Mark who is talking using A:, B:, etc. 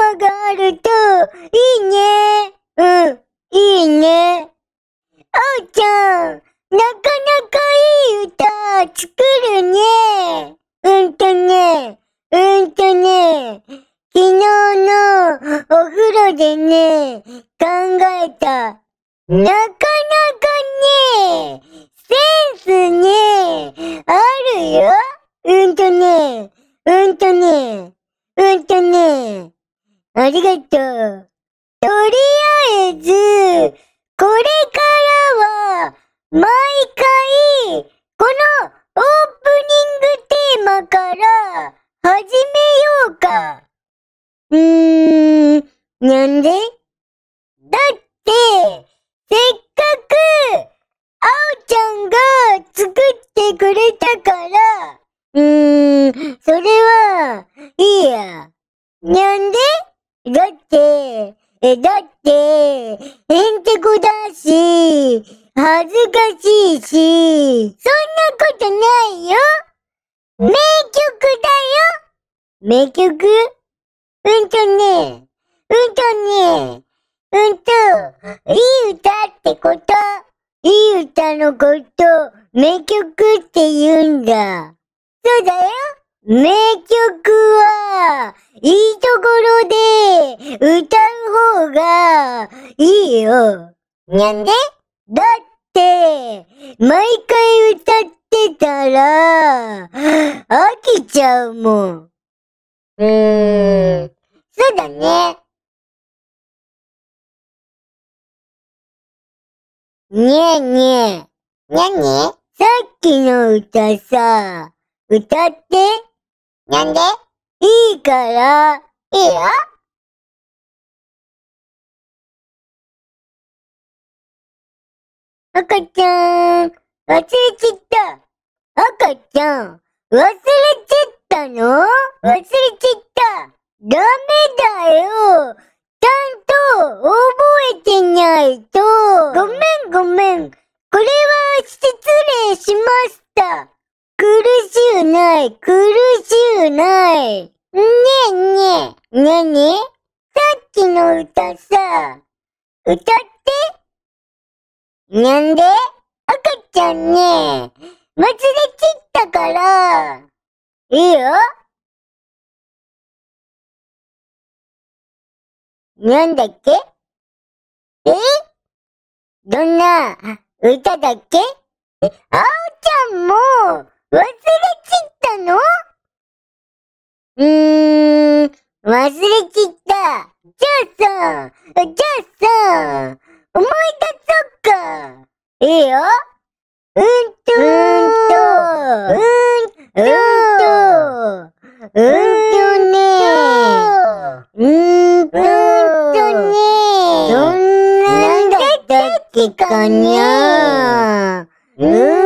A: ると、いいね。うん、いいね。あおちゃん、なかなかいい歌作るね。うんとね、うんとね、昨日のお風呂でね、考えた。なかなかね、センスね、あるよ。うんとね、うんとね、うんとね、ありがとう。とりあえず、これからは、毎回、このオープニングテーマから始めようか。うーん、なんでだって、せっかく、あおちゃんが作ってくれたから、うーん、それは、いいや。なんでだって、え、だって、へんてこだし、恥ずかしいし、そんなことないよ名曲だよ名曲うんとね、うんとね、うんと、いい歌ってこと、いい歌のこと、名曲って言うんだ。そうだよ。名曲は、いいところで歌う方がいいよ。なんでだって、毎回歌ってたら、飽きちゃうもん。うーん、そうだね。ねえねえ。何さっきの歌さ、歌って。なんでいいから。いいよ。赤ちゃん、忘れちゃった。赤ちゃん、忘れちゃったの忘れちゃった。ダメだよ。ちゃんと覚えてないと。ごめんごめん。これは失礼しました。苦しゅうない、苦しゅうない。ねえねえ、なにさっきの歌さ、歌って。なんで赤ちゃんね、忘れちったから。いいよ。なんだっけえどんな歌だっけえあおちゃんも忘れちったのうーん、忘れちった。じゃあさ、じゃあさ、思い出そっか。いいよ。うんとー、うんとー、うんとー、うんとねー。うーんとねー。どんなんだったっけかにゃー。うーん